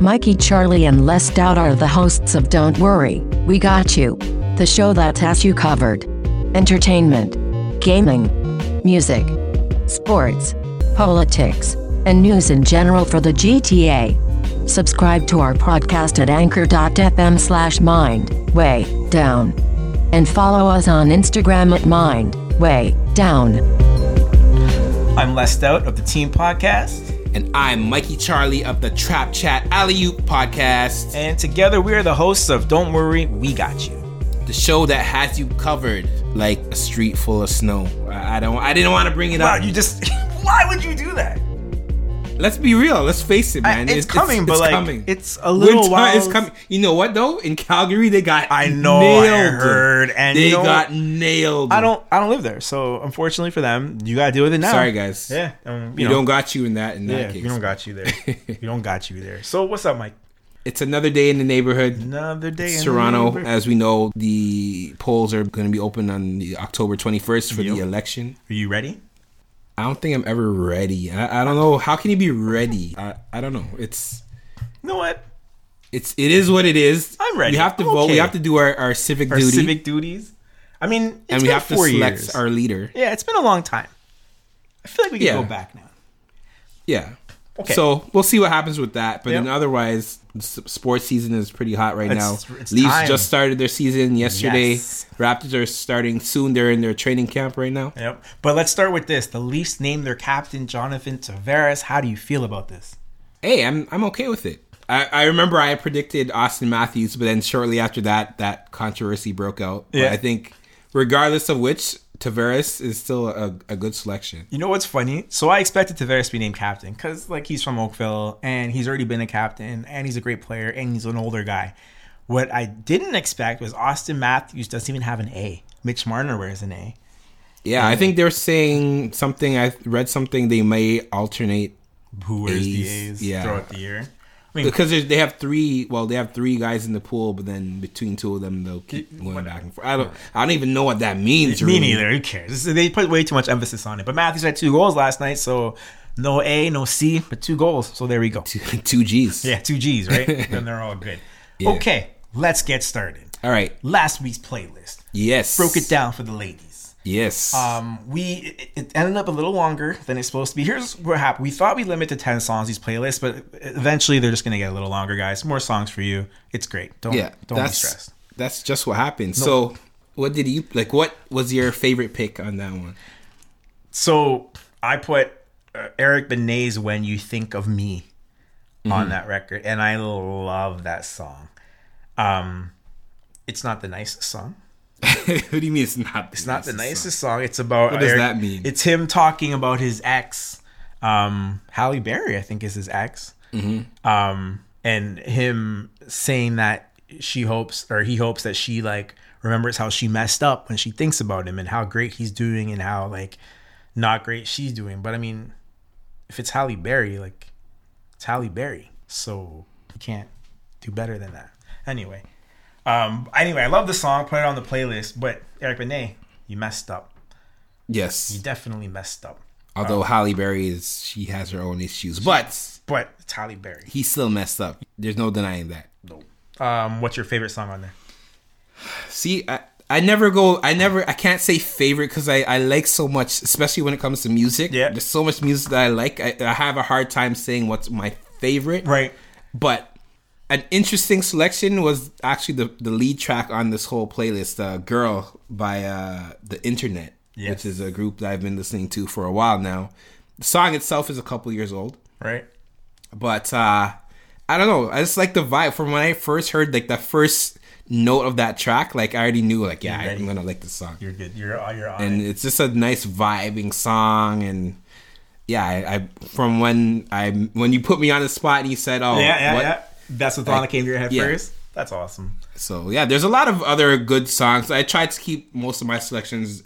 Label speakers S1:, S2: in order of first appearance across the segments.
S1: Mikey, Charlie, and Les Doubt are the hosts of Don't Worry, We Got You, the show that has you covered. Entertainment, gaming, music, sports, politics, and news in general for the GTA. Subscribe to our podcast at anchor.fm slash mind way down. And follow us on Instagram at mind way down.
S2: I'm Les Stout of the Team Podcast,
S3: And I'm Mikey Charlie of the Trap Chat Alley Oop podcast,
S2: and together we are the hosts of Don't Worry, We Got You.
S3: the show that has you covered like a street full of snow. I I don't. I didn't want to bring it up.
S2: you just why would you do that?
S3: Let's be real. Let's face it,
S2: I-
S3: man.
S2: it's coming, but, like, it's a little
S3: Winter
S2: while-
S3: is coming. You know what though? In Calgary, they got
S2: I know, I heard, and
S3: they
S2: you know
S3: got
S2: what?
S3: nailed.
S2: I don't I don't live there, so unfortunately for them, you gotta deal with it now.
S3: Sorry, guys.
S2: Yeah, um,
S3: You,
S2: know,
S3: don't got you in that. In that
S2: Yeah,
S3: case,
S2: we don't got you there. we don't got you there. So what's up, Mike?
S3: it's another day in the neighborhood.
S2: Another day in the
S3: Toronto,
S2: neighborhood.
S3: as we know, the polls are going to be open on the October 21st for the
S2: Yep.
S3: election.
S2: Are you ready?
S3: I don't think I'm ever ready. I, I don't know. How can you be ready? I, I don't know. It's
S2: You know what?
S3: it's it is what it is.
S2: I'm ready.
S3: We have to
S2: I'm
S3: vote.
S2: okay.
S3: We have to do our, our civic
S2: Our
S3: duty,
S2: civic duties. I mean, it's
S3: and we
S2: been
S3: have to
S2: four
S3: select
S2: years.
S3: our leader.
S2: yeah, it's been a long time. I feel like we can
S3: Yeah.
S2: go back now.
S3: Yeah.
S2: Okay.
S3: So we'll see what happens with that. But
S2: Yep.
S3: then otherwise, s- sports season is pretty hot right
S2: It's-
S3: now.
S2: it's
S3: Leafs
S2: time.
S3: just started their season yesterday.
S2: Yes.
S3: Raptors are starting soon. They're in their training camp right now.
S2: Yep. But let's start with this. The Leafs named their captain Jonathan Tavares. How do you feel about this?
S3: hey, I'm I'm okay with it. I, I remember I predicted Austin Matthews, but then shortly after that, that controversy broke out. But
S2: Yeah.
S3: I think, regardless of which, Tavares is still a, a good selection.
S2: You know what's funny? So I expected Tavares to be named captain because like he's from Oakville and he's already been a captain and he's a great player and he's an older guy. What I didn't expect was Austin Matthews doesn't even have an A. Mitch Marner wears an A.
S3: Yeah, I think they're saying something. I read something they may alternate
S2: Who wears the
S3: A's,
S2: A's
S3: yeah.
S2: throughout the year? I mean,
S3: because there's- they have three. Well, they have three guys in the pool, but then between two of them, they'll keep going back and forth. I don't. I don't even know what that means.
S2: me
S3: really.
S2: neither. Who cares? This is- They put way too much emphasis on it. But Matthews had two goals last night, so no A, no C, but two goals. So there we go.
S3: Two G's.
S2: Yeah, two G's, right? then they're all good. Okay, let's get started.
S3: All right.
S2: Last week's playlist
S3: Yes.
S2: broke it down for the ladies.
S3: Yes.
S2: Um, we it- it ended up a little longer than it's supposed to be. Here's what happened: we thought we'd limit to ten songs these playlists, but eventually they're just gonna get a little longer, guys. More songs for you. It's great. Don't
S3: yeah,
S2: don't be
S3: that's,
S2: stressed.
S3: That's just what happened. So, what did you like? What was your favorite pick on that one?
S2: So I put uh, Eric Benet's "When You Think of Me"
S3: Mm-hmm.
S2: on that record, and I love that song. Um, it's not the nicest song.
S3: what do you mean it's not?
S2: It's not the nicest song. It's about what
S3: does that mean?
S2: It's him talking about his ex, um, Halle Berry, I think is his ex,
S3: Mm-hmm.
S2: um, and him saying that she hopes or he hopes that she like remembers how she messed up when she thinks about him and how great he's doing and how like not great she's doing. But I mean, if it's Halle Berry, like it's Halle Berry, so you can't do better than that. Anyway. Um, anyway, I love the song. Put it on the playlist. But Eric Benet, you messed up. You
S3: Yes,
S2: definitely messed up.
S3: although Halle Berry is she has her own issues, but
S2: But it's Halle Berry.
S3: he still messed up. There's no denying that.
S2: Um, what's your favorite song on there?
S3: See, I, I never go. I never. I can't say favorite because I I like so much, especially when it comes to music.
S2: Yeah.
S3: there's so much music that I like. I, I have a hard time saying what's my favorite.
S2: Right.
S3: But an interesting selection was actually the, the lead track on this whole playlist, uh, Girl by uh, The Internet,
S2: Yes.
S3: which is a group that I've been listening to for a while now. The song itself is a couple years old,
S2: Right.
S3: but uh, I don't know. I just like the vibe from when I first heard like the first note of that track. Like I already knew, like yeah,
S2: ready.
S3: I'm gonna like this song,
S2: You're good. You're uh, you're on.
S3: and
S2: it.
S3: it's just a nice vibing song. And yeah, I, I from when I when you put me on the spot and you said, oh,
S2: yeah, yeah,
S3: what-
S2: yeah. That's what thought that came to your head
S3: yeah.
S2: first. That's awesome.
S3: So yeah, there's a lot of other good songs. I tried to keep most of my selections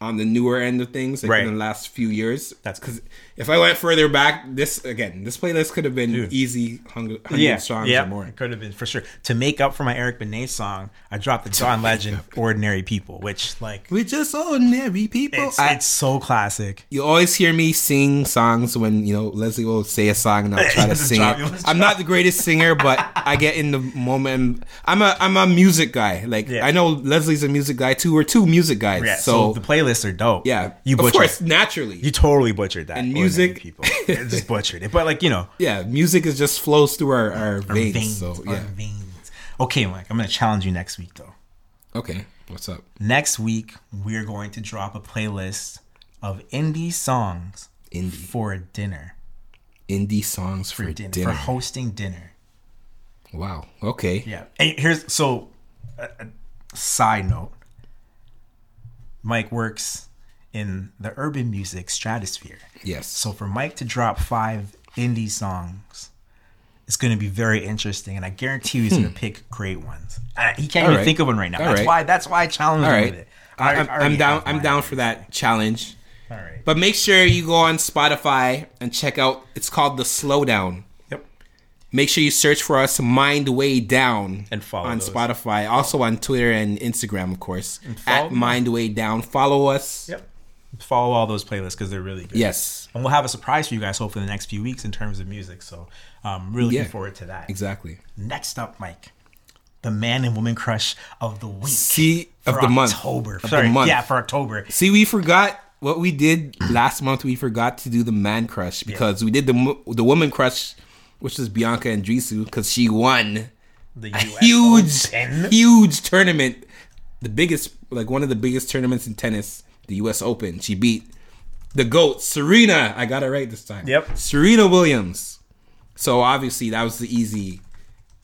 S3: on the newer end of things, like
S2: Right.
S3: in the last few years.
S2: That's-
S3: because if I went further back, this again, this playlist could have been easy hundred
S2: Yeah,
S3: songs
S2: yeah,
S3: or more.
S2: could have been for sure. To make up for my Eric Benet song, I dropped the John Legend "Ordinary People," which like
S3: We're just ordinary people.
S2: it's,
S3: I-
S2: it's so classic.
S3: you always hear me sing songs when you know Leslie will say a song and I'll try to
S2: Just
S3: sing
S2: drop
S3: it.
S2: you on the
S3: I'm not the greatest singer, but I get in the moment. I'm a I'm a music guy. Like
S2: Yeah.
S3: I know Leslie's a music guy too. We're two music guys.
S2: Yeah, so,
S3: so
S2: the playlists are dope.
S3: yeah,
S2: you
S3: of
S2: butchered.
S3: course naturally.
S2: You totally butchered that.
S3: And
S2: Ordinary
S3: music-
S2: people Yeah, just butchered it, but like you know,
S3: yeah, music is just flows through our, our, veins,
S2: veins,
S3: So
S2: our
S3: yeah,
S2: veins. Okay, Mike, I'm gonna challenge you next week though.
S3: okay. What's up?
S2: Next week we're going to drop a playlist of indie songs
S3: Indie
S2: for dinner.
S3: indie songs for,
S2: Dinner,
S3: dinner.
S2: for hosting dinner.
S3: Wow. Okay.
S2: Yeah, and here's so. A, a side note: Mike works in the urban music stratosphere.
S3: Yes.
S2: So for Mike to drop five indie songs, it's going to be very interesting, and I guarantee you he's
S3: Hmm.
S2: going to pick great ones. I, he can't even
S3: right.
S2: think of one right now.
S3: All
S2: that's
S3: right.
S2: why. That's why I challenged
S3: all
S2: him
S3: right.
S2: with it. I-
S3: I, I'm,
S2: I already
S3: I'm down.
S2: have
S3: I'm
S2: mine.
S3: down for that challenge.
S2: All right.
S3: But make sure you go on Spotify and check out. It's called the Slowdown.
S2: Yep.
S3: Make sure you search for us, Mind Way Down,
S2: And follow
S3: on
S2: those.
S3: Spotify, also on Twitter and Instagram, of course,
S2: follow
S3: at Mind Way Down. Follow us.
S2: Yep. Follow all those playlists because they're really good.
S3: Yes,
S2: And we'll have a surprise for you guys hopefully in the next few weeks in terms of music. So um, really
S3: Yeah.
S2: looking forward to that.
S3: exactly.
S2: Next up, Mike, the man and woman crush of the week.
S3: See
S2: for
S3: of the month.
S2: October.
S3: Of
S2: Sorry,
S3: the month.
S2: yeah, for October.
S3: See, we forgot what we did last month. We forgot to do the man crush because we did the mo- the woman crush, which is Bianca Andreescu, because she won
S2: The
S3: a
S2: US
S3: huge,
S2: Open.
S3: huge tournament, the biggest, like one of the biggest tournaments in tennis, the U.S. Open. She beat the goat Serena. I got it right this time.
S2: Yep.
S3: Serena Williams. So obviously that was the easy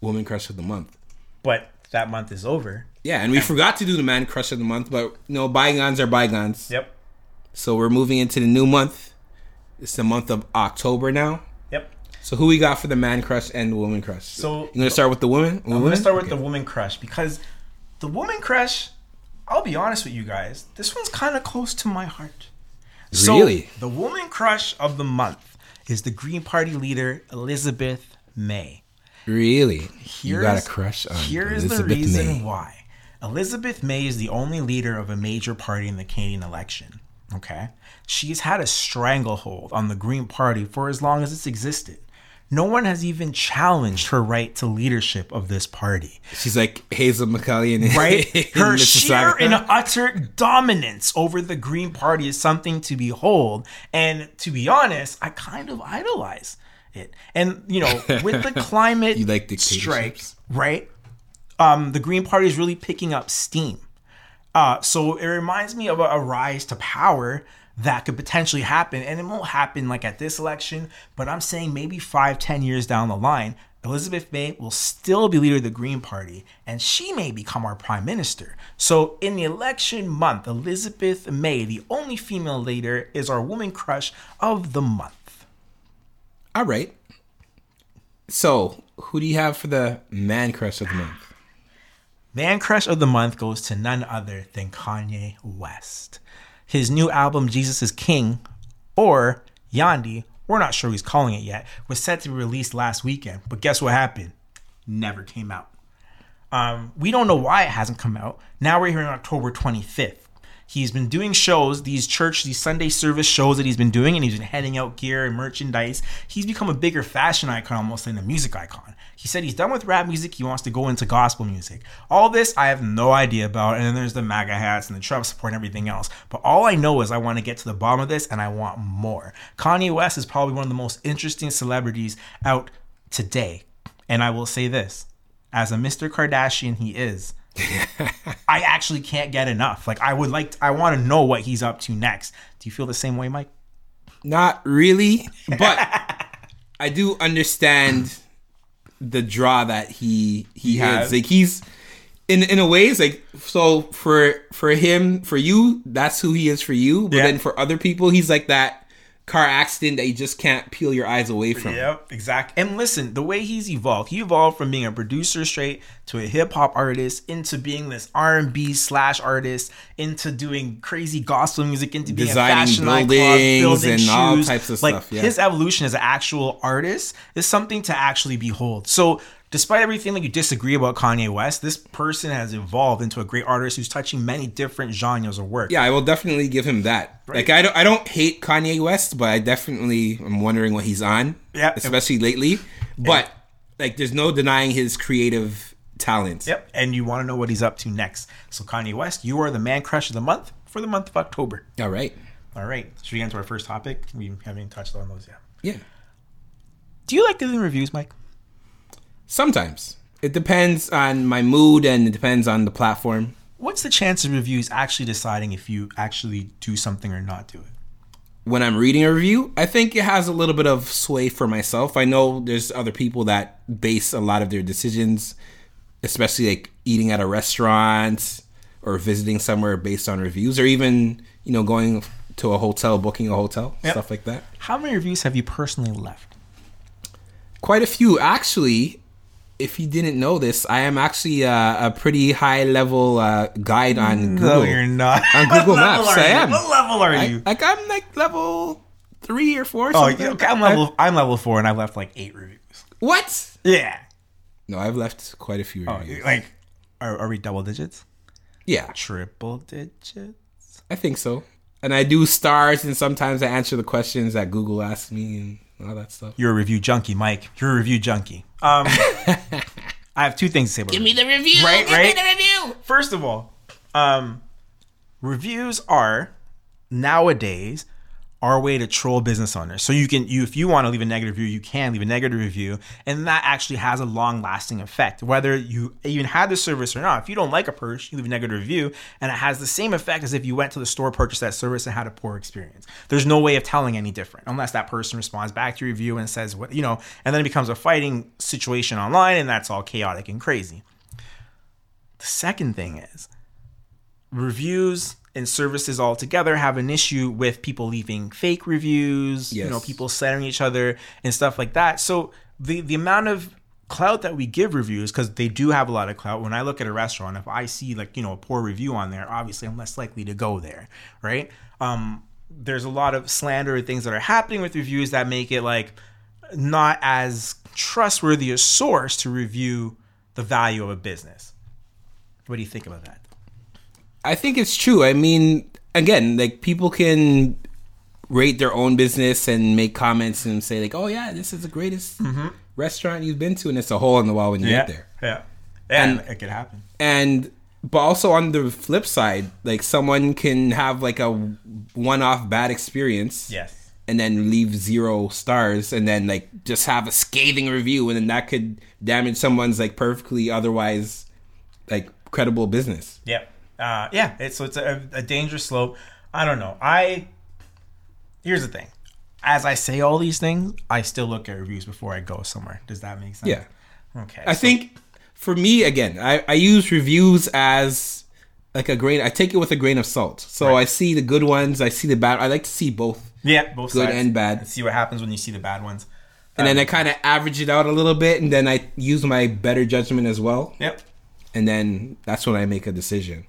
S3: woman crush of the month.
S2: but that month is over.
S3: Yeah, and we forgot to do the man crush of the month, but you know, bygones are bygones.
S2: Yep.
S3: So we're moving into the new month. It's the month of October now.
S2: Yep.
S3: So who we got for the man crush and the woman crush?
S2: So-
S3: you gonna start with the woman?
S2: I'm gonna start with the woman crush because the woman crush. I'll be honest with you guys. This one's kind of close to my heart. So,
S3: Really?
S2: the woman crush of the month is the Green Party leader Elizabeth May.
S3: Really? you got a
S2: Here's-
S3: crush on
S2: here is
S3: Elizabeth
S2: the reason
S3: May.
S2: why Elizabeth May is the only leader of a major party in the Canadian election. Okay, she's had a stranglehold on the Green Party for as long as it's existed. No one has even challenged her right to leadership of this party
S3: She's like Hazel McCallion in,
S2: right?
S3: in
S2: Her sheer
S3: Mississauga.
S2: and utter dominance over the Green Party is something to behold. And to be honest, I kind of idolize it. And you know, with the climate
S3: You like dictatorships?
S2: strikes, right? Um, the Green Party is really picking up steam. Uh, so it reminds me of a, a rise to power that could potentially happen, and it won't happen like at this election. But I'm saying maybe five, ten years down the line, Elizabeth May will still be leader of the Green Party, and she may become our prime minister. So in the election month, Elizabeth May, the only female leader, is our woman crush of the month.
S3: All right. So who do you have for the man crush of the month?
S2: Man crush of the month goes to none other than Kanye West. His new album, Jesus is King, or Yandi, we're not sure what he's calling it yet, was set to be released last weekend. But guess what happened? Never came out. Um, we don't know why it hasn't come out. Now we're here on October 25th. He's been doing shows, these church, these Sunday service shows that he's been doing, and he's been handing out gear and merchandise. He's become a bigger fashion icon almost than a music icon. He said he's done with rap music, he wants to go into gospel music. All this I have no idea about, and then there's the MAGA hats and the Trump support and everything else. But all I know is I want to get to the bottom of this and I want more. Kanye West is probably one of the most interesting celebrities out today. And I will say this as a Mr. Kardashian he is, I actually can't get enough. Like I would like I want to know what he's up to next. Do you feel the same way, Mike?
S3: Not really, but I do understand the draw that he he has.
S2: has.
S3: Like he's in in a way, it's like so for for him for you that's who he is for you. But
S2: Yeah.
S3: then for other people, he's like that car accident that you just can't peel your eyes away from.
S2: Yep, exactly. And listen, the way he's evolved, he evolved from being a producer straight to a hip hop artist into being this R and B slash artist into doing crazy gospel music into being
S3: Designing
S2: a fashion icon,
S3: buildings
S2: building
S3: and
S2: shoes.
S3: all types of
S2: like
S3: stuff, yeah.
S2: his evolution as an actual artist is something to actually behold. So. Despite everything that you disagree about Kanye West, this person has evolved into a great artist who's touching many different genres of work.
S3: Yeah, I will definitely give him that. Like I don't I don't hate Kanye West, but I definitely am wondering what he's on.
S2: Yeah.
S3: Especially lately. But like there's no denying his creative talents.
S2: Yep. And you want to know what he's up to next. So, Kanye West, you are the man crush of the month for the month of October.
S3: All right.
S2: All right. Should we get into our first topic? We haven't even touched on those yet.
S3: Yeah.
S2: Do you like doing reviews, Mike?
S3: Sometimes. It depends on my mood and it depends on the platform.
S2: What's the chance of reviews actually deciding if you actually do something or not do it?
S3: when I'm reading a review, I think it has a little bit of sway for myself. I know there's other people that base a lot of their decisions, especially like eating at a restaurant or visiting somewhere based on reviews, or even you know going to a hotel, booking a hotel, stuff like that.
S2: How many reviews have you personally left?
S3: Quite a few, actually. If you didn't know this, I am actually uh, a pretty high level uh, guide on Google.
S2: No, you're not.
S3: On
S2: What
S3: Google
S2: level
S3: Maps,
S2: are
S3: I
S2: you?
S3: am.
S2: What level are
S3: I-
S2: you?
S3: like I'm like level three or four. Or
S2: oh,
S3: something.
S2: yeah, okay, I'm level. I'm level four, and I've left like eight reviews.
S3: What?
S2: Yeah.
S3: No, I've left quite a few reviews.
S2: Like, are, are we double digits?
S3: yeah,
S2: Triple digits?
S3: I think so. And I do stars, and sometimes I answer the questions that Google asks me and all that stuff.
S2: You're a review junkie, Mike. You're a review junkie. Um, I have two things to say about. Give me the review. Right, right. First of all, um, reviews are nowadays our way to troll business owners. So you can, you if you want to leave a negative review, you can leave a negative review, and that actually has a long lasting effect. Whether you even had the service or not, if you don't like a purchase, you leave a negative review, and it has the same effect as if you went to the store, purchased that service, and had a poor experience. There's no way of telling any different unless that person responds back to your review and says what you know, and then it becomes a fighting situation online, and that's all chaotic and crazy. The second thing is reviews and services altogether have an issue with people leaving fake reviews, you
S3: Yes.
S2: know, people slandering each other and stuff like that. So the the amount of clout that we give reviews because they do have a lot of clout. When I look at a restaurant, if I see like you know a poor review on there, obviously I'm less likely to go there, right? Um, there's a lot of slander and things that are happening with reviews that make it like not as trustworthy a source to review the value of a business. What do you think about that?
S3: I think it's true. I mean, again, like people can rate their own business and make comments and say like, "Oh yeah, this is the greatest restaurant you've been to," and it's a hole in the wall when you get there.
S2: Yeah. And it could happen.
S3: and but also on the flip side like someone can have like a one-off bad experience
S2: Yes.
S3: and then leave zero stars and then like just have a scathing review and then that could damage someone's like perfectly otherwise like credible business
S2: Yep. Uh, yeah. It's, so it's a, a dangerous slope. I don't know. I here's the thing. As I say all these things, I still look at reviews before I go somewhere. Does that make sense?
S3: yeah
S2: Okay.
S3: i think for me again i, I use reviews as like a grain i take it with a grain of salt so i see the good ones i see the bad i like to see both
S2: yeah, both
S3: good
S2: sides.
S3: and bad.
S2: see what happens when you see the bad ones.
S3: and then i kind of average it out a little bit and then i use my better judgment as well
S2: Yep.
S3: and then that's when I make a decision.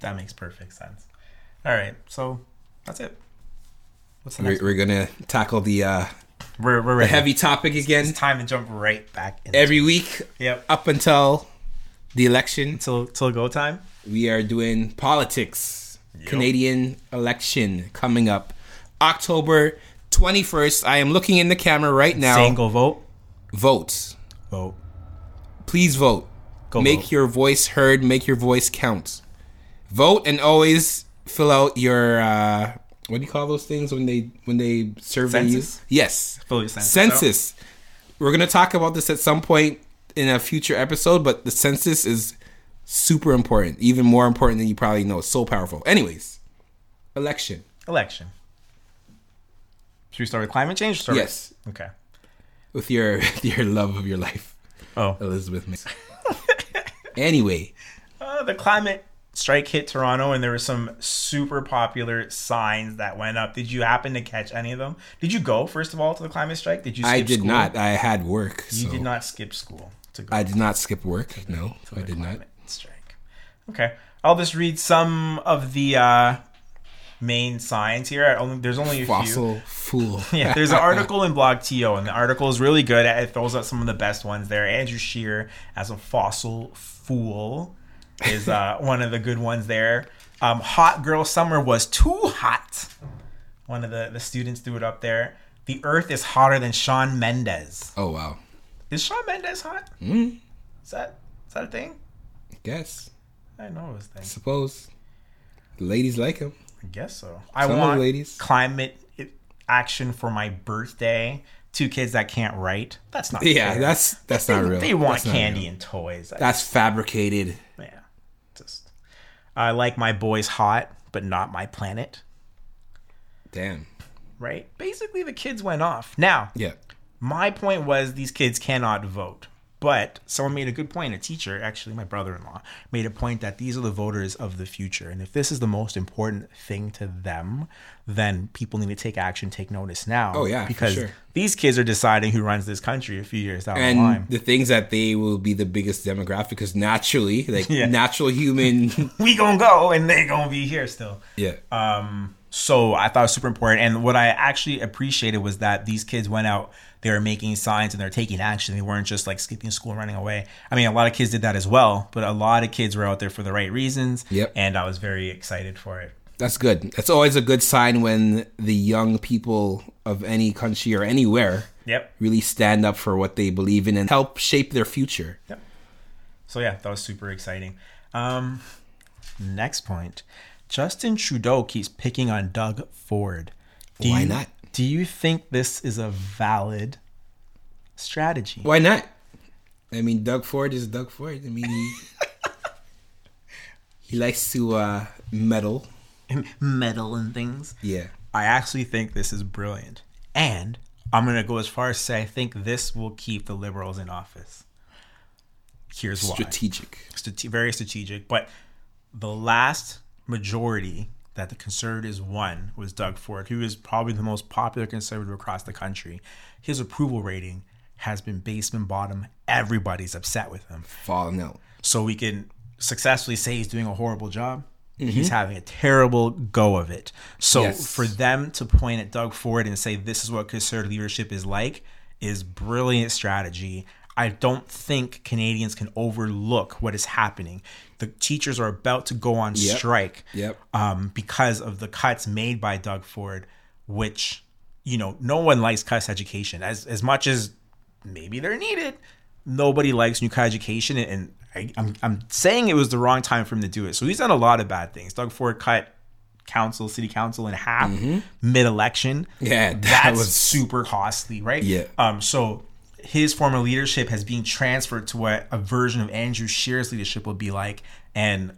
S2: That makes perfect sense. All right. So that's it. What's the
S3: We're,
S2: next?
S3: we're gonna tackle the uh,
S2: We're, we're ready.
S3: heavy topic again
S2: It's time to jump right back in.
S3: every week
S2: yep.
S3: up until the election.
S2: Till till go time.
S3: We are doing politics, Canadian election coming up October twenty first. I am looking in the camera right now.
S2: Single vote.
S3: Vote,
S2: Vote.
S3: please vote.
S2: Go
S3: make
S2: vote.
S3: your voice heard. Make your voice count. Vote and always fill out your uh, what do you call those things when they when they survey
S2: Census?
S3: you? Yes,
S2: Fill your census
S3: census. We're gonna talk about this at some point in a future episode, but the census is super important, even more important than you probably know. It's so powerful. Anyways, election.
S2: election. Should we start with climate change? Start with-
S3: Yes,
S2: Okay.
S3: with your with your love of your life,
S2: Oh,
S3: Elizabeth. May. anyway,
S2: uh, the climate strike hit Toronto and there were some super popular signs that went up. Did you happen to catch any of them? Did you go first of all to the climate strike? Did you?
S3: I did
S2: school?
S3: not. I had work.
S2: You
S3: so
S2: did not skip school to go.
S3: I did not skip work. No, I did not.
S2: climate strike. Okay, I'll just read some of the uh, main signs here. I only, there's only a few.
S3: Fossil fool.
S2: Yeah, there's an article in Blog TO, and the article is really good. It throws out some of the best ones there. Andrew Shear as a fossil fool is uh, one of the good ones there. Um, hot Girl Summer was too hot. One of the, the students threw it up there. The Earth is hotter than Sean Mendez.
S3: Oh wow.
S2: Is Sean Mendez hot?
S3: Hmm.
S2: Is that is that a thing?
S3: Guess.
S2: I didn't know it was a thing.
S3: Suppose. The ladies like him.
S2: I guess so. I
S3: Some of the
S2: want
S3: ladies.
S2: climate action for my birthday. Two kids that can't write. That's not
S3: Yeah,
S2: fair.
S3: that's that's
S2: they,
S3: not real.
S2: They want
S3: That's not
S2: candy
S3: real.
S2: and toys. That's,
S3: That's fabricated.
S2: yeah. Just I like my boys hot, but not my planet.
S3: Damn.
S2: Right? Basically, the kids went off. Now,
S3: Yeah.
S2: my point was these kids cannot vote. But someone made a good point. A teacher, actually, my brother in law, made a point that these are the voters of the future. And if this is the most important thing to them, then people need to take action, take notice now.
S3: Oh, yeah, for
S2: Because
S3: sure.
S2: these kids are deciding who runs this country a few years down
S3: And
S2: the line.
S3: the things that they will be the biggest demographic because naturally, like
S2: Yeah.
S3: natural human.
S2: We gonna go and they gonna be here still.
S3: yeah.
S2: So I thought it was super important. And what I actually appreciated was that these kids went out, they were making signs and they're taking action. They weren't just like skipping school and running away. I mean, a lot of kids did that as well, but a lot of kids were out there for the right reasons.
S3: Yep.
S2: And I was very excited for it.
S3: That's good. That's always a good sign when the young people of any country or anywhere
S2: Yep.
S3: really stand up for what they believe in and help shape their future.
S2: So yeah, that was super exciting. Um, next point Justin Trudeau keeps picking on Doug Ford. Do
S3: Why
S2: you,
S3: not?
S2: Do you think this is a valid strategy?
S3: Why not? I mean, Doug Ford is Doug Ford. I mean, he, he likes to uh, meddle.
S2: Metal and things.
S3: Yeah.
S2: I actually think this is brilliant. And I'm going to go as far as say I think this will keep the liberals in office. Here's why.
S3: Strategic.
S2: Strate- very strategic, but the last majority that the conservatives won was Doug Ford, who is probably the most popular conservative across the country. His approval rating has been basement bottom. Everybody's upset with him
S3: Falling out.
S2: so we can successfully say he's doing a horrible job. He's having a terrible go of it. So
S3: Mm-hmm. Yes.
S2: for them to point at Doug Ford and say this is what conservative leadership is like is brilliant strategy. I don't think Canadians can overlook what is happening. The teachers are about to go on strike
S3: Yep.
S2: um, because of the cuts made by Doug Ford, which you know no one likes cuts education as as much as maybe they're needed. Nobody likes new cut education, and I, I'm I'm saying it was the wrong time for him to do it. So he's done a lot of bad things. Doug Ford cut council, city council in half mid election.
S3: Mm-hmm. Yeah, that
S2: that's
S3: was-
S2: super costly, right?
S3: Yeah.
S2: Um. So. His former leadership has been transferred to what a version of Andrew Shear's leadership will be like, and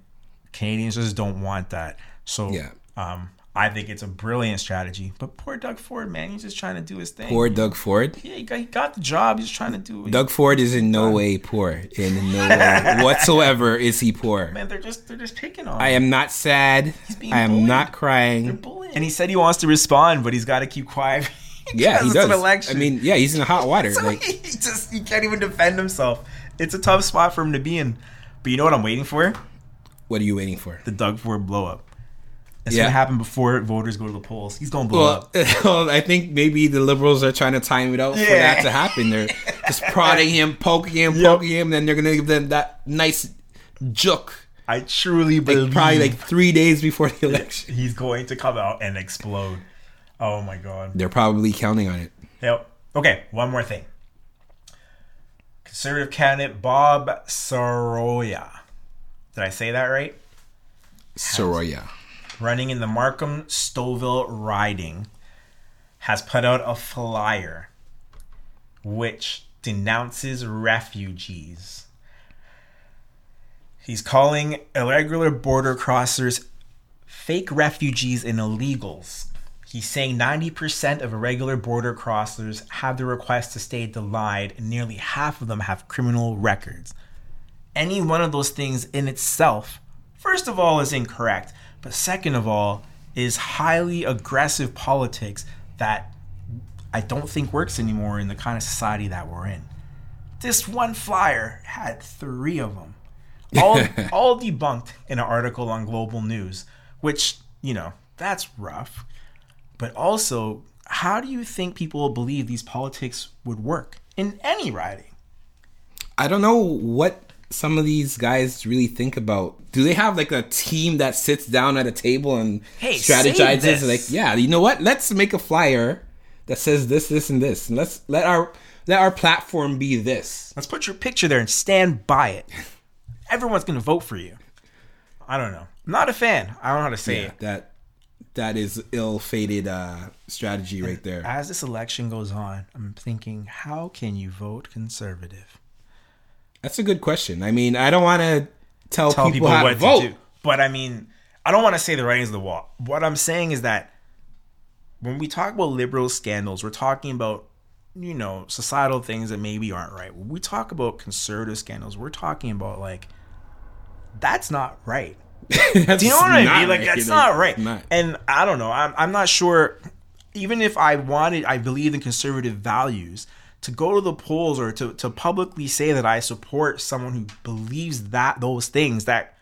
S2: Canadians just don't want that. So
S3: Yeah.
S2: um, I think it's a brilliant strategy. But poor Doug Ford, man, he's just trying to do his thing.
S3: Poor Doug Ford.
S2: Yeah, he got, he got the job. He's trying to do it.
S3: Doug Ford is in no way poor. In no way whatsoever is he poor.
S2: man, they're just they're just picking on.
S3: I
S2: him.
S3: am not sad.
S2: being
S3: I am
S2: bullied.
S3: not crying.
S2: They're bullying. And he said he wants to respond, but he's got to keep quiet.
S3: Yeah, he
S2: because
S3: does.
S2: It's an election.
S3: I mean, yeah, he's in hot water.
S2: So
S3: like,
S2: he just he can't even defend himself. It's a tough spot for him to be in. But you know what I'm waiting for?
S3: what are you waiting for?
S2: The Doug Ford blow up. That's
S3: Yeah.
S2: gonna happen before voters go to the polls. He's gonna blow
S3: Well,
S2: up.
S3: well, I think maybe the liberals are trying to time it out for
S2: Yeah.
S3: that to happen. They're just prodding him, poking him, poking him, then they're gonna give them that nice joke.
S2: I truly believe
S3: Like, probably like three days before the election.
S2: he's going to come out and explode. Oh my god.
S3: They're probably counting on it.
S2: Yep. Okay, one more thing. Conservative candidate Bob Soroya. Did I say that right?
S3: Soroya.
S2: Running in the Markham Stouffville riding has put out a flyer which denounces refugees. He's calling irregular border crossers fake refugees and illegals. He's saying 90% of irregular border crossers have their request to stay denied, and nearly half of them have criminal records. Any one of those things in itself first of all, is incorrect, but second of all, is highly aggressive politics that I don't think works anymore in the kind of society that we're in. This one flyer had three of them, all, all debunked in an article on Global News, which, you know, that's rough. But also, how do you think people will believe these politics would work in any riding?
S3: I don't know what some of these guys really think about. Do they have like a team that sits down at a table and
S2: Hey, save this.
S3: strategizes? Like, yeah, you know what? Let's make a flyer that says this, this, and this, and let's let our let our platform be this.
S2: Let's put your picture there and stand by it. Everyone's going to vote for you. I don't know. I'm not a fan. I don't know how to say it.
S3: That that is ill-fated uh, strategy right there.
S2: As this election goes on, I'm thinking, how can you vote conservative?
S3: That's a good question. I mean, I don't want to tell,
S2: Tell people,
S3: people, how
S2: what
S3: to vote.
S2: to do. But I mean, I don't want to say the writing's on the wall. What I'm saying is that when we talk about liberal scandals, we're talking about, you know, societal things that maybe aren't right. When we talk about conservative scandals, we're talking about like, that's not right. Do you know what I mean? Like that's not right. And I don't know. I'm I'm not sure. Even if I wanted, I believe in conservative values. To go to the polls or to to publicly say that I support someone who believes that those things that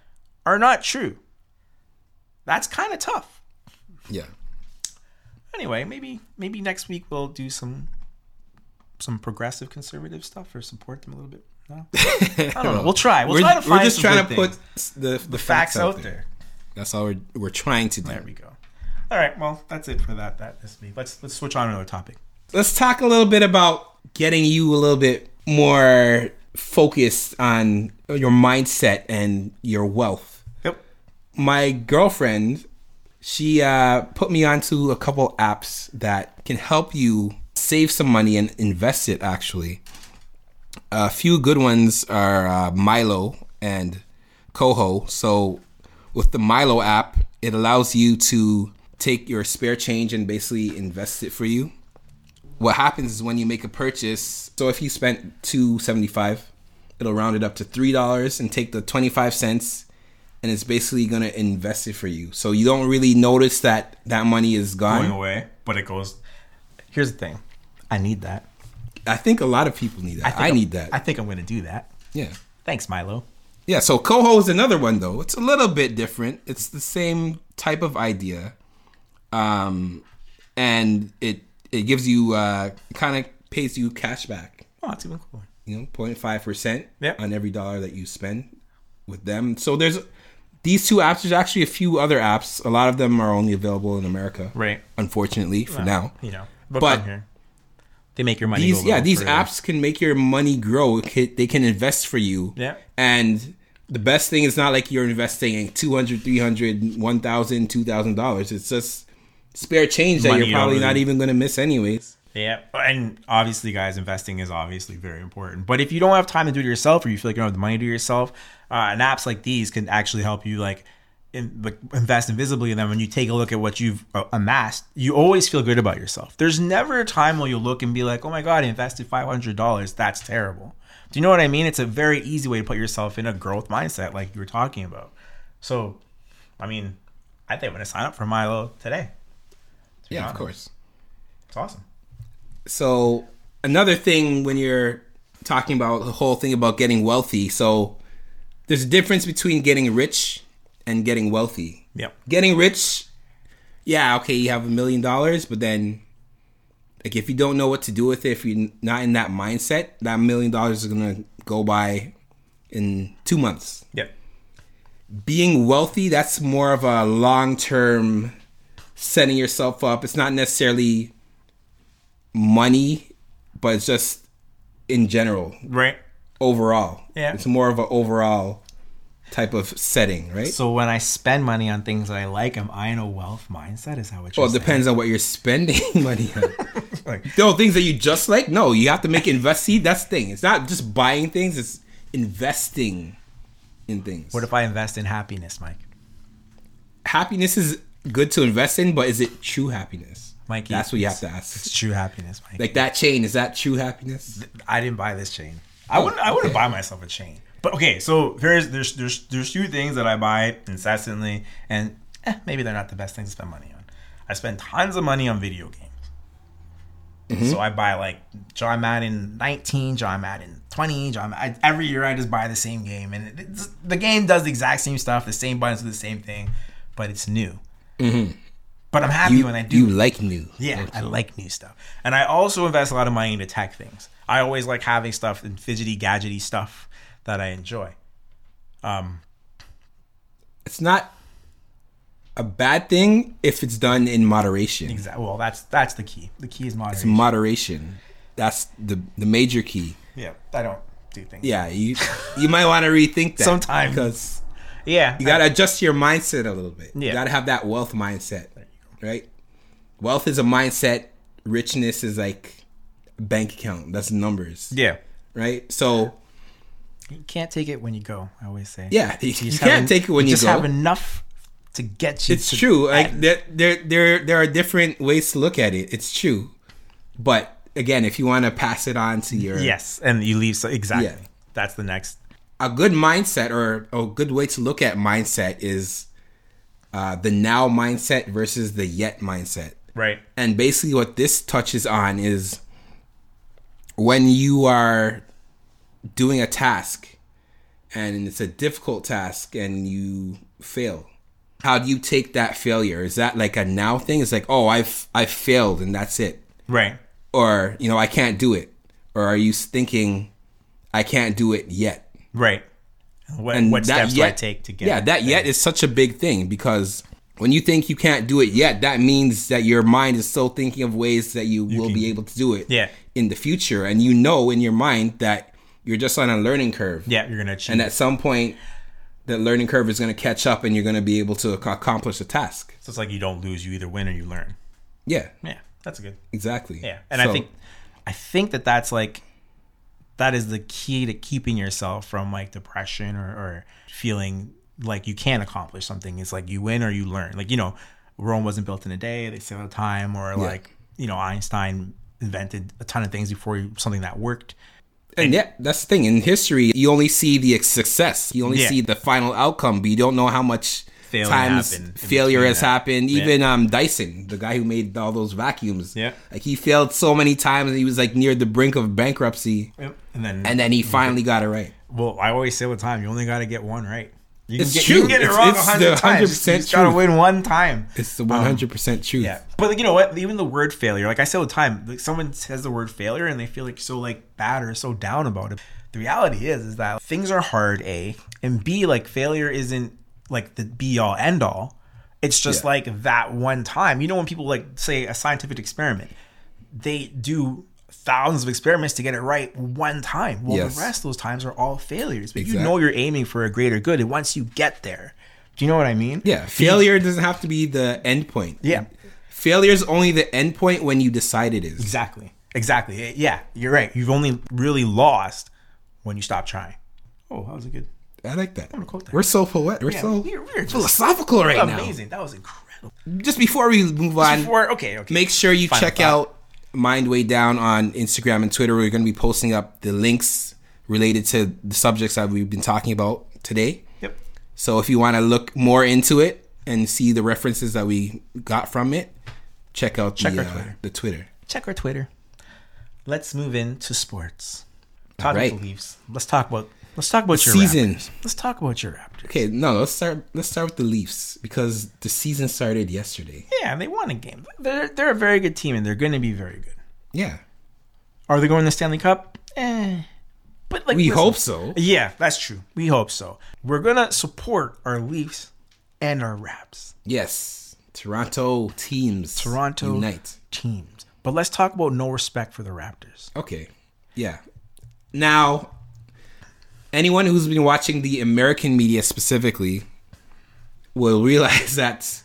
S2: are not true, that's kind of tough.
S3: yeah.
S2: Anyway, maybe maybe next week we'll do some some progressive conservative stuff or support them a little bit. No, I don't know. We'll try. We'll
S3: We're,
S2: try to find.
S3: we're just
S2: some
S3: trying
S2: good
S3: to
S2: things.
S3: put s- the, the
S2: facts out there.
S3: That's all we're, we're trying to do.
S2: There we go. All right. Well, that's it for that. That is me. Let's let's switch on to another topic.
S3: Let's talk a little bit about getting you a little bit more focused on your mindset and your wealth.
S2: Yep.
S3: My girlfriend, she uh, put me onto a couple apps that can help you save some money and invest it, actually. A few good ones are uh, Milo and Coho. So, with the Milo app, it allows you to take your spare change and basically invest it for you. What happens is when you make a purchase, so if you spent two seventy five, it'll round it up to three dollars and take the twenty five cents, and it's basically gonna invest it for you. So you don't really notice that that money is
S2: Going
S3: gone.
S2: away, but it goes. Here's the thing. I need that.
S3: I think a lot of people need that. I,
S2: think
S3: need
S2: I'm-
S3: that.
S2: I think I'm going to do that.
S3: yeah.
S2: Thanks, Milo.
S3: Yeah, so Coho is another one though. It's a little bit different. It's the same type of idea, um, and it it gives you uh, kind of pays you cash back.
S2: Oh, it's even cooler.
S3: You know, 0.5 percent
S2: Yep.
S3: on every dollar that you spend with them. So there's these two apps. There's actually a few other apps. A lot of them are only available in America,
S2: Right.
S3: Unfortunately, for now.
S2: You know, but,
S3: But-
S2: come here. they make your money. go a
S3: These yeah,
S2: little
S3: these
S2: further.
S3: apps can make your money grow. It can- They can invest for you.
S2: Yeah.
S3: And the best thing is not like you're investing in 200, 300, 1000, 2000 dollars. It's just spare change that
S2: Money you
S3: you're
S2: don't
S3: probably not
S2: really-
S3: even going to miss anyways.
S2: Yeah, and obviously, guys, investing is obviously very important. But if you don't have time to do it yourself, or you feel like you don't have the money to do it yourself, uh, and apps like these can actually help you like, in, like invest invisibly in them. When you take a look at what you've uh, amassed, you always feel good about yourself. There's never a time where you look and be like, "Oh my god, I invested five hundred dollars. That's terrible." Do you know what I mean? It's a very easy way to put yourself in a growth mindset, like you were talking about. So, I mean, I think I'm gonna sign up for Milo today.
S3: Yeah, of
S2: honest.
S3: course.
S2: It's awesome.
S3: So another thing when you're talking about the whole thing about getting wealthy, so there's a difference between getting rich and getting wealthy.
S2: Yep.
S3: Getting rich, yeah, okay, you have a million dollars, but then like if you don't know what to do with it, if you're not in that mindset, that million dollars is gonna go by in two months.
S2: Yep.
S3: Being wealthy, that's more of a long term setting yourself up. It's not necessarily money, but it's just in general,
S2: Right.
S3: overall.
S2: Yeah.
S3: It's more of an overall type of setting, right?
S2: So when I spend money on things that I like, am I in a wealth mindset? Is that what you're
S3: Well, it depends on what you're spending money on.
S2: Like,
S3: no, things that you just like? No, you have to make invest. See, that's the thing. It's not just buying things, it's investing in things.
S2: what if I invest in happiness, Mike?
S3: happiness is good to invest in, but is it true happiness?
S2: Mikey,
S3: That's what you have
S2: it's-
S3: to ask.
S2: It's true happiness, Mike.
S3: Like that chain, is that true happiness?
S2: I didn't buy this chain. I wouldn't. I wouldn't buy myself a chain. Oh, But okay, so there's there's there's there's two things that I buy incessantly, and eh, maybe they're not the best things to spend money on. I spend tons of money on video games.
S3: Mm-hmm.
S2: So I buy like John Madden 19, John Madden 20, John. I, every year I just buy the same game, and it's, the game does the exact same stuff, the same buttons do the same thing, but it's new. But I'm happy when I do.
S3: Mm-hmm. You like new.
S2: Yeah, I like new stuff. And I also invest a lot of money into tech things. I always like having stuff and fidgety, gadgety stuff that I enjoy.
S3: It's not a bad thing if it's done in moderation.
S2: Exactly. Well, that's that's the key. The key is moderation.
S3: Moderation. That's the the major key.
S2: yeah, I don't do things.
S3: Yeah, you you might want to rethink that
S2: Sometimes.
S3: because
S2: yeah.
S3: you got to adjust your mindset a little bit. You
S2: Yeah.
S3: got to have that wealth mindset, right? Wealth is a mindset. Richness is like bank account. That's numbers,
S2: yeah.
S3: right? So
S2: You can't take it when you go. I always say.
S3: yeah, you,
S2: just
S3: can't
S2: have en-
S3: take it when you,
S2: just
S3: go.
S2: have enough to get you.
S3: it's
S2: to
S3: true. Like
S2: that.
S3: there, there, there, there are different ways to look at it. It's true, but again, if you want to pass it on to your
S2: yes, and you leave. So exactly.
S3: Yeah.
S2: That's the next.
S3: a good mindset or a good way to look at mindset is uh, the now mindset versus the yet mindset.
S2: Right.
S3: And basically, what this touches on is when you are doing a task and it's a difficult task and you fail. How do you take that failure? Is that like a now thing? It's like, oh, I've I failed and that's it
S2: Right.
S3: or you know i can't do it or are you thinking i can't do it yet
S2: Right. What,
S3: and
S2: what
S3: that
S2: steps do I
S3: yet-
S2: take to get?
S3: yeah that yet is such a big thing because when you think you can't do it yet that means that your mind is still thinking of ways that you, will be able to do it
S2: Yeah.
S3: in the future and you know in your mind that you're just on a learning curve
S2: Yeah, you're gonna achieve.
S3: and at some point the learning curve is going to catch up and you're going to be able to ac- accomplish the task
S2: so it's like you don't lose. You either win or you learn.
S3: yeah
S2: Yeah, that's good.
S3: exactly
S2: Yeah, and I
S3: So-
S2: think, I think that that's like, that is the key to keeping yourself from like depression or, or feeling like you can't accomplish something. It's like you win or you learn. Like you know, Rome wasn't built in a day. They say all the time. Or like you know, Einstein invented a ton of things before he, something that worked.
S3: And yeah, that's the thing. In history, you only see the success. You only
S2: Yeah.
S3: see the final outcome, but you don't know how much
S2: Failing
S3: times
S2: happened in
S3: failure
S2: between
S3: has
S2: that.
S3: happened. Even um, Dyson, the guy who made all those vacuums,
S2: Yeah.
S3: like he failed so many times, and he was like near the brink of bankruptcy,
S2: And then,
S3: and then he finally got it right.
S2: well, I always say all the time, you only got to get one right. You can,
S3: It's
S2: get, you
S3: true.
S2: can get it
S3: It's-
S2: wrong a
S3: it's the
S2: hundred times. You
S3: 100%
S2: just gotta
S3: truth.
S2: win one time.
S3: It's the one hundred percent truth.
S2: Um, Yeah, but like, you know what? Even the word failure, like I say all the time, like someone says the word failure and they feel like so like bad or so down about it. The reality is, is that things are hard. A and B, like failure isn't like the be all end all. It's just
S3: Yeah.
S2: like that one time. You know, when people like say a scientific experiment, they do thousands of experiments to get it right one time. Well,
S3: Yes.
S2: the rest of those times are all failures. But
S3: Exact-
S2: you know, you're aiming for a greater good, and once you get there, do you know what I mean?
S3: Yeah, failure doesn't have to be the end point.
S2: Yeah.
S3: failure is only the end point when you decide it is.
S2: Exactly. Exactly. Eh, Yeah, you're right. You've only really lost when you stop trying. Oh, that was a good.
S3: I like that.
S2: quote that.
S3: We're so poetic. We're so
S2: we're- we're just
S3: philosophical right
S2: Amazing. That was incredible.
S3: now. Just before we move on,
S2: Before, okay, okay.
S3: make sure you
S2: Final
S3: check
S2: thought.
S3: out Mind Way Down on Instagram and Twitter. We're going to be posting up the links related to the subjects that we've been talking about today.
S2: Yep.
S3: So if you want to look more into it and see the references that we got from it, check out
S2: Check
S3: the,
S2: our
S3: Twitter.
S2: Twitter.
S3: Uh, the Twitter.
S2: Check our Twitter. Let's move into sports. Talking
S3: right.
S2: to Leafs. Let's talk about. Let's talk about your
S3: Season.
S2: Raptors. Let's talk about your Raptors.
S3: Okay, no, let's start. Let's start with the Leafs because the season started yesterday.
S2: Yeah, they won a game. They're they're a very good team, and they're going to be very good.
S3: Yeah,
S2: Are they going to the Stanley Cup? Eh. But like
S3: we
S2: listen-
S3: hope so.
S2: Yeah, that's true. We hope so. We're gonna support our Leafs and our Raps
S3: Yes, Toronto teams.
S2: Toronto
S3: unite.
S2: teams. But let's talk about no respect for the Raptors.
S3: Okay. Yeah. Now, anyone who's been watching the American media specifically will realize that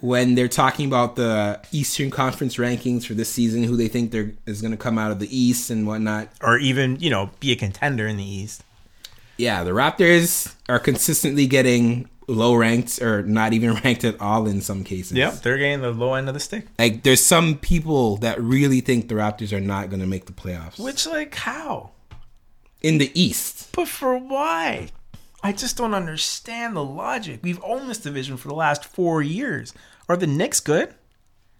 S3: when they're talking about the Eastern Conference rankings for this season, who they think they're, is going to come out of the East and whatnot,
S2: Or even, you know, be a contender in the East.
S3: yeah, the Raptors are consistently getting low ranked or not even ranked at all in some cases.
S2: They're getting the low end of the stick.
S3: Like, there's some people that really think the Raptors are not going to make the playoffs.
S2: Which like how?
S3: in the East.
S2: But for why? I just don't understand the logic. We've owned this division for the last four years. Are the Knicks good?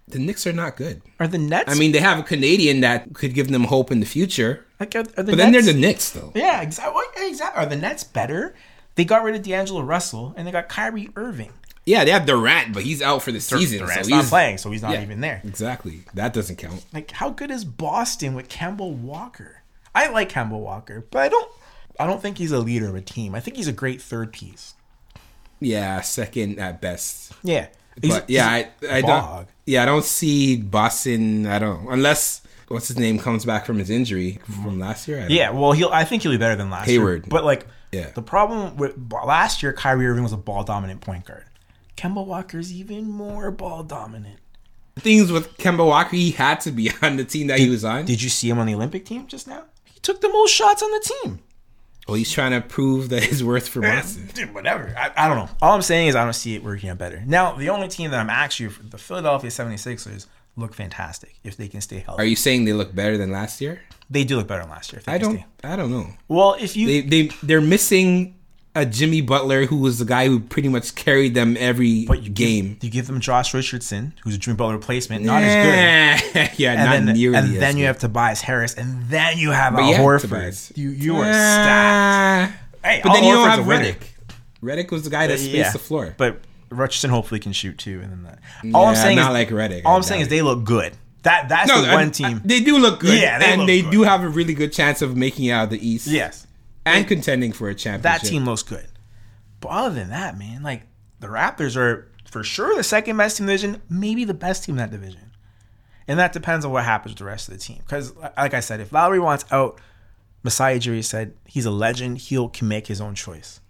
S3: The Knicks are not good.
S2: Are the Nets?
S3: I mean, they have a Canadian that could give them hope in the future,
S2: like, are, are the
S3: but then they're the Knicks, though.
S2: yeah, exactly. Exactly. Are the Nets better? They got rid of D'Angelo Russell and they got Kyrie Irving.
S3: Yeah, they have Durant, but he's out for the season.
S2: Durant's
S3: so
S2: not
S3: he's-
S2: playing, so he's not
S3: Yeah.
S2: even there.
S3: Exactly. That doesn't count.
S2: Like, how good is Boston with Campbell Walker? I like Campbell Walker, but I don't. I don't think he's a leader of a team. I think he's a great third piece.
S3: Yeah, second at best.
S2: Yeah. He's-
S3: But yeah, I,
S2: he's a
S3: I
S2: dog.
S3: don't. Yeah, I don't see Boston. I don't unless what's his name comes back from his injury from last year. I don't-
S2: Yeah, well, he'll. I think he'll be better than last
S3: Hayward.
S2: year. But like,
S3: Yeah.
S2: the problem with last year, Kyrie Irving was a ball dominant point guard. Kemba Walker's even more ball dominant.
S3: Things with Kemba Walker, he had to be on the team that he was on.
S2: Did you see him on the Olympic team just now? He took the most shots on the team.
S3: well, he's trying to prove that his worth for Boston.
S2: Dude, whatever. I, I don't know. All I'm saying is I don't see it working out better. Now, the only team that I'm actually the Philadelphia 76ers look fantastic if they can stay healthy.
S3: Are you saying they look better than last year?
S2: they do look better than last year. If they
S3: I
S2: can
S3: don't.
S2: Stay.
S3: I don't know.
S2: Well, if you
S3: They they they're missing a Jimmy Butler who was the guy who pretty much carried them every
S2: but you
S3: game.
S2: give, you give them Josh Richardson, who's a Jimmy Butler replacement, not as good.
S3: yeah, yeah,
S2: and
S3: not
S2: then,
S3: nearly.
S2: and
S3: as
S2: then you
S3: good.
S2: have Tobias Harris, and then you have Al
S3: yeah,
S2: Horford.
S3: Tobias.
S2: You you are stacked.
S3: Ah.
S2: Hey,
S3: But
S2: Al
S3: then you don't
S2: Horford's
S3: have
S2: a winner. Uh,
S3: Redick. Redick was the guy that spaced the floor.
S2: But Richardson hopefully can shoot too, and then that. All I'm
S3: Yeah,
S2: saying
S3: not
S2: is
S3: like Redick.
S2: All
S3: I
S2: I'm
S3: doubt
S2: saying is
S3: it.
S2: they look good. That that's the
S3: I-
S2: one
S3: I-
S2: team.
S3: they do look good.
S2: Yeah, they
S3: and
S2: look
S3: they
S2: good.
S3: do have a really good chance of making it out of the East.
S2: yes,
S3: and contending for a championship.
S2: that team looks good. But other than that, man, like the Raptors are for sure the second best team in the division, maybe the best team in that division. And that depends on what happens with the rest of the team. Because, like I said, if Lowry wants out, Masai Ujiri said he's a legend. He can make his own choice.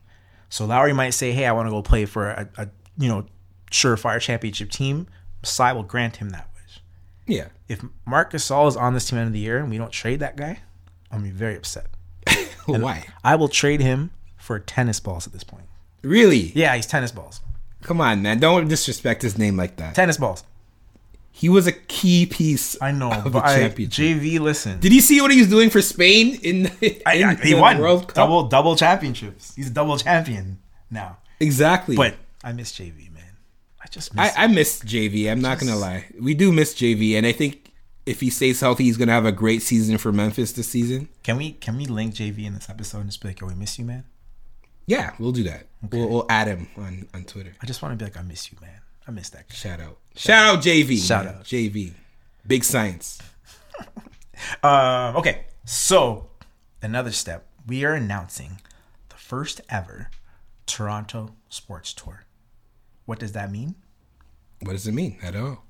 S2: So Lowry might say, "Hey, I want to go play for a, a you know surefire championship team." Masai will grant him that wish.
S3: Yeah,
S2: if Marc Gasol is on this team end of the year and we don't trade that guy, I'm gonna be very upset.
S3: why?
S2: I will trade him for tennis balls at this point.
S3: Really?
S2: Yeah, he's tennis balls.
S3: Come on, man! Don't disrespect his name like that.
S2: Tennis balls.
S3: He was a key piece.
S2: I know,
S3: of the
S2: but I,
S3: championship.
S2: JV, listen.
S3: Did you see what he was doing for Spain in, in
S2: I- I- he
S3: the
S2: won
S3: World Cup?
S2: double double championships. He's a double champion now.
S3: Exactly.
S2: But I miss JV, man. I just miss.
S3: I, I miss JV. I'm not gonna lie. We do miss JV, and I think if he stays healthy, he's gonna have a great season for Memphis this season.
S2: can we can we link JV in this episode and just be like, "Yo, we miss you, man."
S3: Yeah, we'll do that. We'll, we'll add him on on Twitter.
S2: I just want to be like, "I miss you, man. I miss that." guy."
S3: Shout out. Shout out JV.
S2: Shout
S3: man.
S2: out.
S3: JV. Big science.
S2: Um, okay, so another step. We are announcing the first ever Toronto Sports Tour. What does that mean?
S3: What does it mean at all?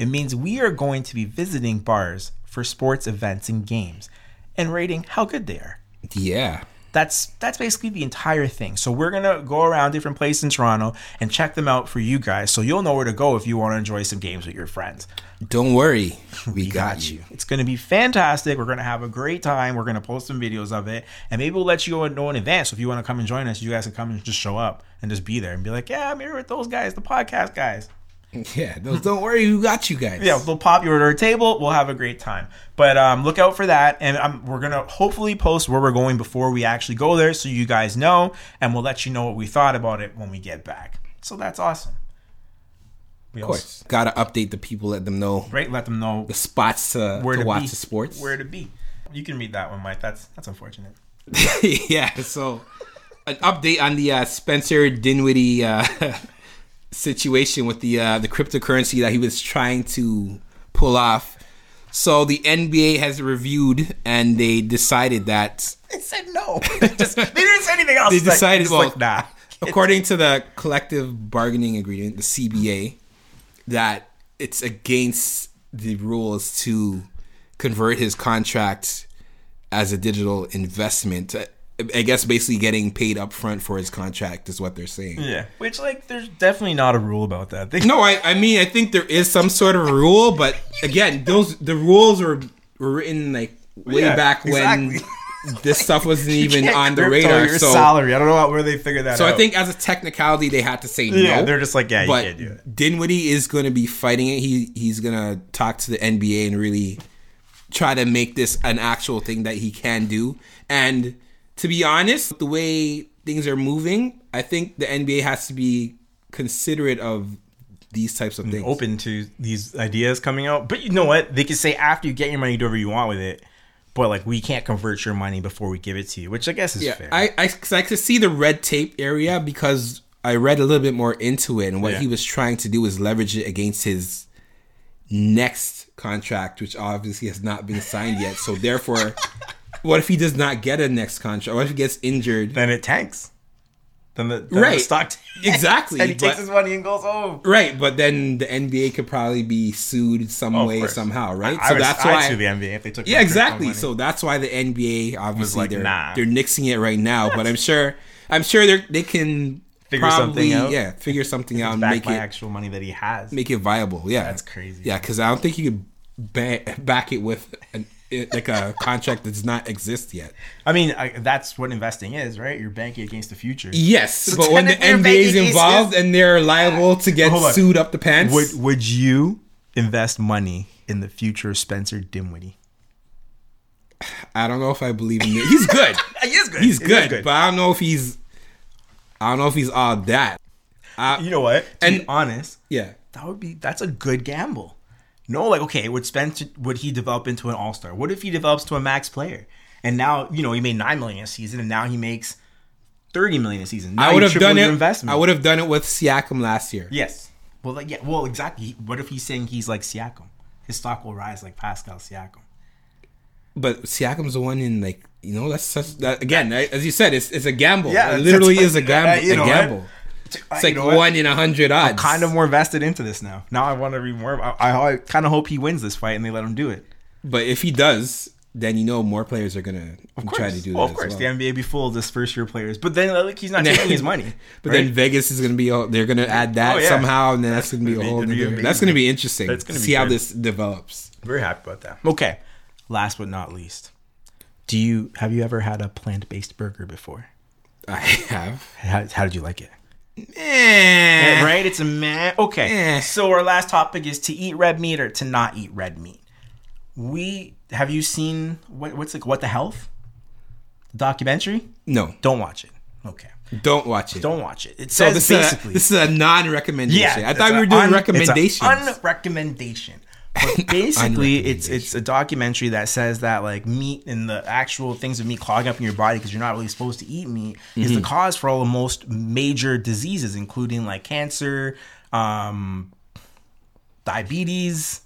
S2: It means we are going to be visiting bars for sports events and games and rating how good they are.
S3: Yeah.
S2: That's that's basically the entire thing. So we're gonna go around different places in Toronto and check them out for you guys, so you'll know where to go if you want to enjoy some games with your friends.
S3: Don't worry. We, got, you.
S2: It's going to be fantastic. We're going to have a great time. We're going to post some videos of it, and maybe we'll let you know in advance. So if you want to come and join us, you guys can come and just show up and just be there and be like, "Yeah, I'm here with those guys, the podcast guys."
S3: Yeah. Those, don't worry. We got you guys.
S2: Yeah, they'll pop you at our table. We'll have a great time. But um, look out for that, and um, we're gonna hopefully post where we're going before we actually go there, so you guys know, and we'll let you know what we thought about it when we get back. So that's awesome. We
S3: Of course. Got to update the people. Let them know
S2: right? Let them know
S3: the spots to,
S2: where
S3: to,
S2: to,
S3: watch
S2: be.
S3: the sports.
S2: Where to be? You can read that one, Mike. That's that's unfortunate.
S3: yeah. So, an update on the uh, Spencer Dinwiddie uh, situation with the uh, the cryptocurrency that he was trying to pull off. So the NBA has reviewed and they decided that
S2: They said no. Just, they didn't say anything else.
S3: they
S2: It's like-
S3: decided
S2: it's
S3: well,
S2: like, nah.
S3: according to the collective bargaining agreement, the CBA, that it's against the rules to convert his contract as a digital investment. I- I guess basically getting paid up front for his contract is what they're saying.
S2: Yeah, which like, there's definitely not a rule about that. They,
S3: No, I, I mean I think there is some sort of rule, but again, those the rules were, were written like way
S2: Yeah,
S3: back when
S2: exactly.
S3: this stuff wasn't
S2: you
S3: even
S2: can't
S3: on the
S2: crypto
S3: radar.
S2: Your
S3: so
S2: salary. I don't know where they figured that
S3: so
S2: out.
S3: I think as a technicality, they had to say
S2: Yeah,
S3: no.
S2: they're just like, yeah, you
S3: but
S2: can't do it.
S3: Dinwiddie is going to be fighting it. He he's going to talk to the NBA and really try to make this an actual thing that he can do. And to be honest, the way things are moving, I think the NBA has to be considerate of these types
S2: Mm,
S3: of things.
S2: open to these ideas coming out. But you know what? They can say after you get your money, do whatever you want with it. But like, we can't convert your money before we give it to you, which I guess is
S3: yeah,
S2: fair.
S3: I, I 'cause I could see the red tape area because I read a little bit more into it, and what
S2: Yeah.
S3: he was trying to do is leverage it against his next contract, which obviously has not been signed yet. So therefore, what if he does not get a next contract? What if he gets injured?
S2: then it tanks. Then the, then
S3: Right.
S2: the stock tanks.
S3: Exactly,
S2: and he
S3: but-
S2: takes his money and goes home.
S3: Right, but then the NBA could probably be sued some
S2: Of
S3: way
S2: course.
S3: somehow, right?
S2: I, so that's why to the NBA if they took.
S3: Yeah,
S2: my crypto
S3: exactly.
S2: money.
S3: So that's why the NBA obviously
S2: like,
S3: they're
S2: nah.
S3: they're nixing it right now. But I'm sure I'm sure they they can
S2: Figure something out.
S3: Yeah, figure something out and
S2: back
S3: um, make
S2: by
S3: it
S2: actual money that he has.
S3: make it viable. Yeah,
S2: That's crazy.
S3: Yeah, because I don't think you could ba- back it with an, it, like a contract that does not exist yet.
S2: I mean, I, that's what investing is, right? You're banking against the future.
S3: Yes, but when the
S2: then if
S3: NBA
S2: they're
S3: is
S2: banking
S3: involved
S2: against-
S3: and they're liable to get
S2: Hold on.
S3: sued up the pants,
S2: Would Would you invest money in the future Spencer Dinwiddie?
S3: I don't know if I believe in it. He's good.
S2: He is good.
S3: He's
S2: He is
S3: good,
S2: good.
S3: but I don't know if he's. I don't know if he's all that.
S2: You know what? To and
S3: And-
S2: be honest,
S3: Yeah.
S2: that would be that's a good gamble. No, like okay, would Spencer would he develop into an all star? What if he develops to a max player? And now you know he made nine million a season, and now he makes thirty million a season. Now
S3: I
S2: you
S3: would have
S2: triple
S3: done
S2: your
S3: it.
S2: Investment.
S3: I would have done it with Siakam last year.
S2: Yes. Well, like, yeah. Well, exactly. What if he's saying he's like Siakam? His stock will rise like Pascal Siakam.
S3: But Siakam's the one in like you know that's such that again I- as you said it's it's a gamble.
S2: Yeah,
S3: it
S2: it's-
S3: literally
S2: it's-
S3: is a gamble.
S2: uh, you know
S3: a
S2: what?
S3: gamble. It's like one in a hundred odds.
S2: Kind of more vested into this now. Now I want to be more. I, I, I kind of hope he wins this fight and they let him do it.
S3: But if he does, then you know more players are gonna try to do
S2: well,
S3: that.
S2: of course,
S3: as well.
S2: the NBA be full of this first year players, but then like he's not taking his money.
S3: But
S2: right?
S3: then Vegas is gonna be all, they're gonna add that
S2: Oh, yeah.
S3: somehow, and then that's, gonna be a
S2: gonna be-
S3: whole.
S2: it'd be
S3: nother-
S2: amazing.
S3: that's gonna be interesting.
S2: That's gonna be
S3: see how
S2: good.
S3: this develops.
S2: very happy about that. Okay, last but not least, do you have you ever had a plant based burger before?
S3: I have.
S2: How, how did you like it?
S3: Eh.
S2: Eh, right? It's a man. Okay.
S3: Eh.
S2: So our last topic is to eat red meat or to not eat red meat. We have you seen what, what's like what the health documentary?
S3: No,
S2: Don't watch it. Okay.
S3: don't watch it.
S2: Don't watch it. It
S3: So
S2: says
S3: Oh, this
S2: basically.
S3: is a, this is a non-recommendation. I
S2: it's
S3: thought we
S2: a
S3: were doing
S2: un-
S3: recommendations.
S2: It's a unrecommendation. But basically, it's it's a documentary that says that like meat and the actual things of meat clogging up in your body because you're not really supposed to eat meat is
S3: Mm-hmm.
S2: the cause for all the most major diseases, including like cancer, um, diabetes.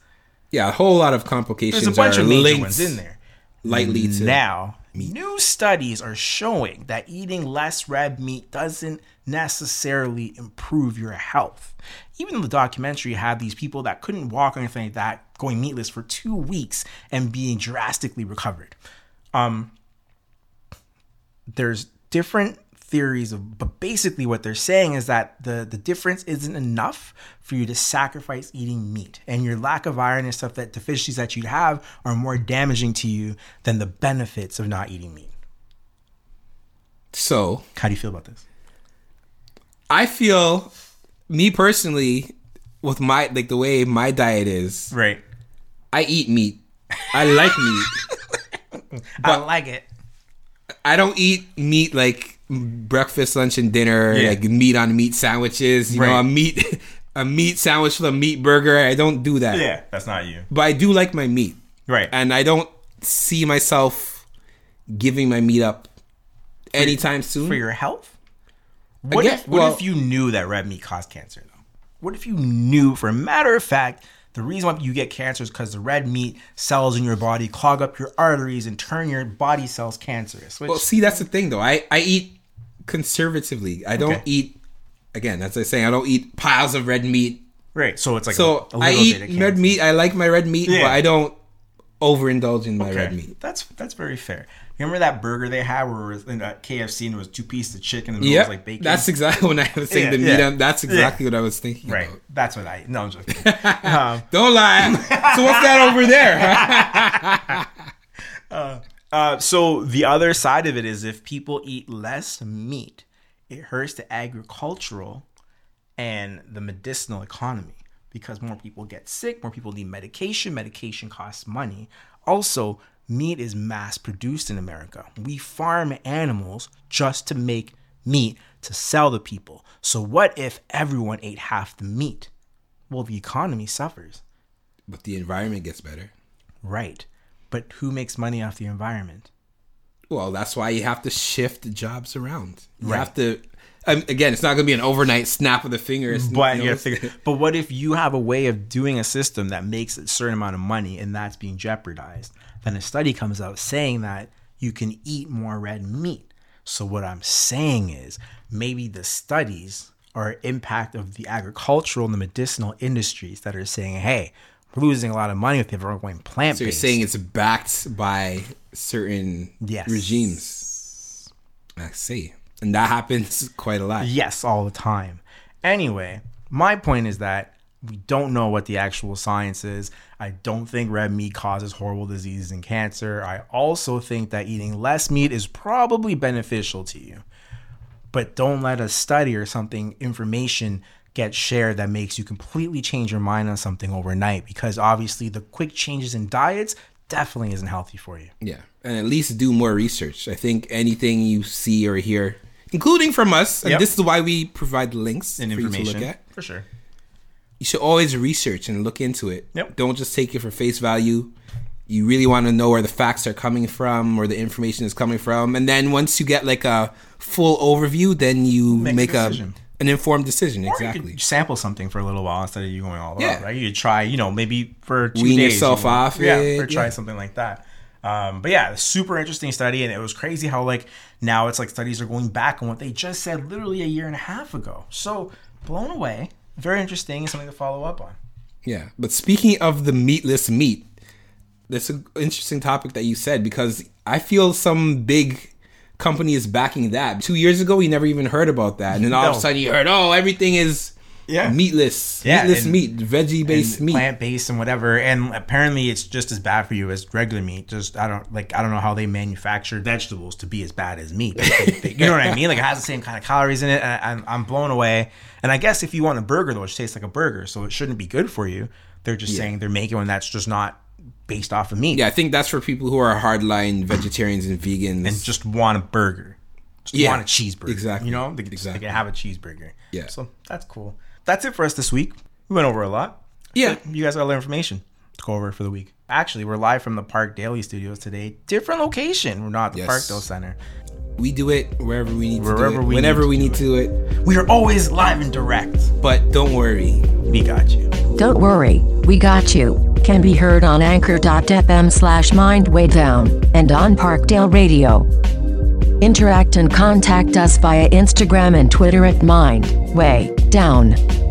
S3: yeah, a whole lot of complications
S2: There's a bunch
S3: are
S2: of major
S3: linked
S2: ones in there.
S3: lightly to
S2: Now, new studies are showing that eating less red meat doesn't necessarily improve your health. Even though the documentary had these people that couldn't walk or anything like that going meatless for two weeks and being drastically recovered. Um, there's different theories of but basically what they're saying is that the the difference isn't enough for you to sacrifice eating meat and your lack of iron and stuff that deficiencies that you'd have are more damaging to you than the benefits of not eating meat
S3: So
S2: how do you feel about this
S3: I feel me personally with my like the way my diet is,
S2: right
S3: I eat meat. I like meat.
S2: i like it
S3: I don't eat meat like breakfast, lunch, and dinner.
S2: Yeah.
S3: Like meat on meat sandwiches. You know,
S2: Right.
S3: a meat a meat sandwich with a meat burger. I don't do that.
S2: yeah that's not you
S3: But I do like my meat.
S2: right
S3: and I don't see myself giving my meat up anytime soon.
S2: for your health what,
S3: guess-
S2: if, what
S3: well-
S2: if you knew that red meat caused cancer though what if you knew for a matter of fact the reason why you get cancer is because the red meat cells in your body clog up your arteries and turn your body cells cancerous which
S3: well, see, that's the thing though. I I eat conservatively. I don't
S2: Okay.
S3: eat again. As I say, I don't eat piles of red meat.
S2: Right. So it's like
S3: So
S2: a, a little
S3: I
S2: bit
S3: eat
S2: of
S3: red
S2: cancer.
S3: meat. I like my red meat,
S2: Yeah.
S3: but I don't overindulge in my red
S2: Okay.
S3: meat.
S2: That's that's very fair. You remember that burger they had where it was in uh, a KFC and it was two pieces of chicken and it
S3: Yeah,
S2: was like bacon.
S3: that's exactly when I was saying
S2: Yeah,
S3: the meat.
S2: yeah.
S3: on- That's exactly what I was thinking.
S2: right.
S3: about.
S2: That's what I. No, I'm joking.
S3: Don't lie. so what's that over there?
S2: Uh, so the other side of it is if people eat less meat, it hurts the agricultural and the medicinal economy because more people get sick, more people need medication, medication costs money. Also, meat is mass produced in America. We farm animals just to make meat to sell to people. So, what if everyone ate half the meat? Well, the economy suffers.
S3: But the environment gets better.
S2: Right. But who makes money off the environment?
S3: Well, that's why you have to shift the jobs around. You have to. Um, again, it's not going to be an overnight snap of the fingers.
S2: But,
S3: you
S2: you
S3: know,
S2: gotta figure- but what if you have a way of doing a system that makes a certain amount of money and that's being jeopardized? Then a study comes out saying that you can eat more red meat. So what I'm saying is maybe the studies are impact of the agricultural and the medicinal industries that are saying, hey, we're losing a lot of money with everyone going plant
S3: So you're
S2: based.
S3: saying it's backed by certain
S2: Yes.
S3: regimes. I see. And that happens quite a lot.
S2: yes all the time. Anyway, my point is that we don't know what the actual science is. I don't think red meat causes horrible diseases and cancer. I also think that eating less meat is probably beneficial to you. But don't let a study or something information get shared that makes you completely change your mind on something overnight because obviously the quick changes in diets definitely isn't healthy for you.
S3: Yeah. And at least do more research. I think anything you see or hear, including from us, and
S2: Yep.
S3: this is why we provide links for you to look at.
S2: for sure.
S3: You should always research and look into it.
S2: Yep.
S3: Don't just take it for face value. You really want to know where the facts are coming from, where the information is coming from, and then once you get like a full overview, then you
S2: a
S3: make, a,
S2: decision.
S3: an informed decision.
S2: Or
S3: exactly.
S2: You could sample something for a little while instead of you going all
S3: Yeah.
S2: out, right? You could try, you know, maybe for two
S3: Wean
S2: days,
S3: yourself
S2: you know.
S3: off
S2: yeah,
S3: it,
S2: or try
S3: yeah.
S2: something like that. Um, but yeah, super interesting study, and it was crazy how like now it's like studies are going back on what they just said literally a year and a half ago. So blown away, very interesting, and something to follow up on.
S3: Yeah, but speaking of the meatless meat, that's an interesting topic that you said because I feel some big company is backing that. Two years ago, we never even heard about that, and then all of
S2: No.
S3: a sudden you heard, oh, everything is
S2: Yeah.
S3: meatless,
S2: Yeah,
S3: meatless
S2: and-
S3: meat, veggie based meat.
S2: plant based and whatever. And apparently, it's just as bad for you as regular meat. Just I don't like I don't know how they manufacture vegetables to be as bad as meat. you know what I mean? Like it has the same kind of calories in it. And I, I'm I'm blown away. And I guess if you want a burger though, it tastes like a burger, so it shouldn't be good for you. They're just saying they're making one that's just not based off of meat.
S3: yeah, I think that's for people who are hardline vegetarians and vegans.
S2: and just want a burger. Just
S3: Yeah,
S2: want a cheeseburger.
S3: exactly,
S2: You know, they, can-
S3: exactly.
S2: they can have a cheeseburger.
S3: Yeah.
S2: So that's cool. That's it for us this week. We went over a lot.
S3: yeah,
S2: you guys got a lot of information to go over for the week. Actually, we're live from the Park Daily Studios today. Different location. We're not at the
S3: Yes.
S2: Parkdale Center.
S3: we do it wherever we need to do
S2: Wherever
S3: it,
S2: we
S3: whenever
S2: need
S3: we
S2: to
S3: need to do it.
S2: We are always live and direct.
S3: But don't worry,
S2: We got you.
S1: Don't worry, we got you. Can be heard on anchor.fm slash mind way down and on Parkdale Radio. Interact and contact us via Instagram and Twitter at mind way down.